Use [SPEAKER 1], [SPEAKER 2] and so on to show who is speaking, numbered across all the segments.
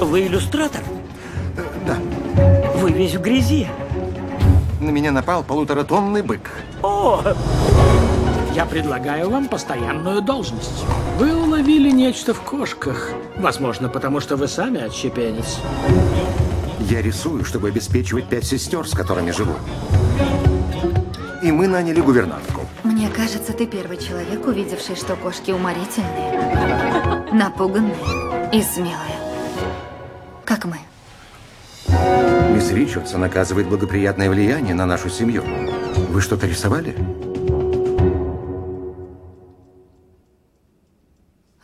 [SPEAKER 1] Вы иллюстратор?
[SPEAKER 2] Э, Да,
[SPEAKER 1] Вы весь в грязи.
[SPEAKER 2] на меня напал полуторатонный бык.
[SPEAKER 1] О,
[SPEAKER 3] Я предлагаю вам постоянную должность. Вы уловили нечто в кошках. Возможно, потому что вы сами отщепенец.
[SPEAKER 2] Я рисую, чтобы обеспечивать пять сестер, с которыми живу. И мы наняли гувернантку.
[SPEAKER 4] Мне кажется, ты первый человек, увидевший, что кошки уморительные, напуганные и смелые. Как мы.
[SPEAKER 2] Мисс Ричардсон оказывает благоприятное влияние на нашу семью. Вы что-то рисовали?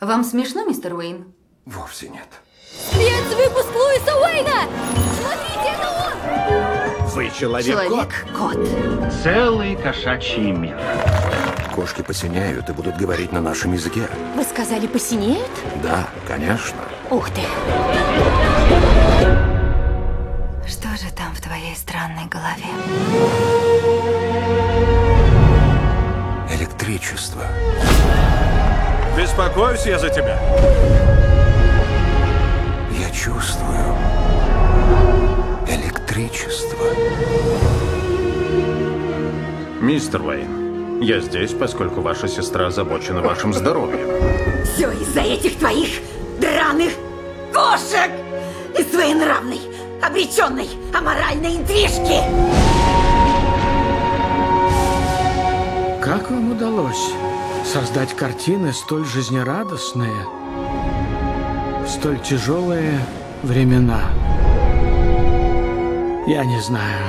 [SPEAKER 4] Вам смешно, мистер Уэйн?
[SPEAKER 2] Вовсе нет.
[SPEAKER 4] Спецвыпуск Луиса Уэйна! Смотрите, ну! это он!
[SPEAKER 5] Вы
[SPEAKER 4] Человек-кот.
[SPEAKER 6] Целый кошачий мир.
[SPEAKER 2] Кошки посиняют и будут говорить на нашем языке.
[SPEAKER 7] Вы сказали, посинеет?
[SPEAKER 2] Да, конечно.
[SPEAKER 7] Ух ты!
[SPEAKER 4] Что же там в твоей странной голове?
[SPEAKER 2] Электричество.
[SPEAKER 5] Беспокоюсь я за тебя.
[SPEAKER 2] Я чувствую электричество.
[SPEAKER 5] Мистер Уэйн, я здесь, поскольку ваша сестра озабочена вашим здоровьем.
[SPEAKER 8] Все из-за этих твоих драных кошек! И своенравной, обреченной, аморальной интрижки!
[SPEAKER 3] Как вам удалось создать картины столь жизнерадостные, в столь тяжелые времена? Я не знаю.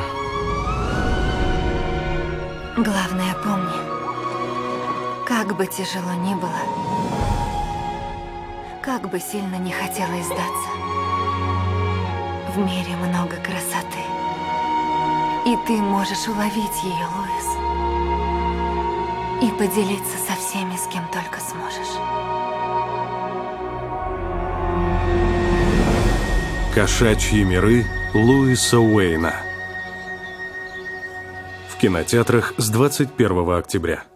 [SPEAKER 4] Главное, помни, как бы тяжело ни было, как бы сильно не хотелось сдаться, в мире много красоты. И ты можешь уловить ее, Луис, и поделиться со всеми, с кем только сможешь.
[SPEAKER 9] Кошачьи миры Луиса Уэйна. В кинотеатрах с 21 октября.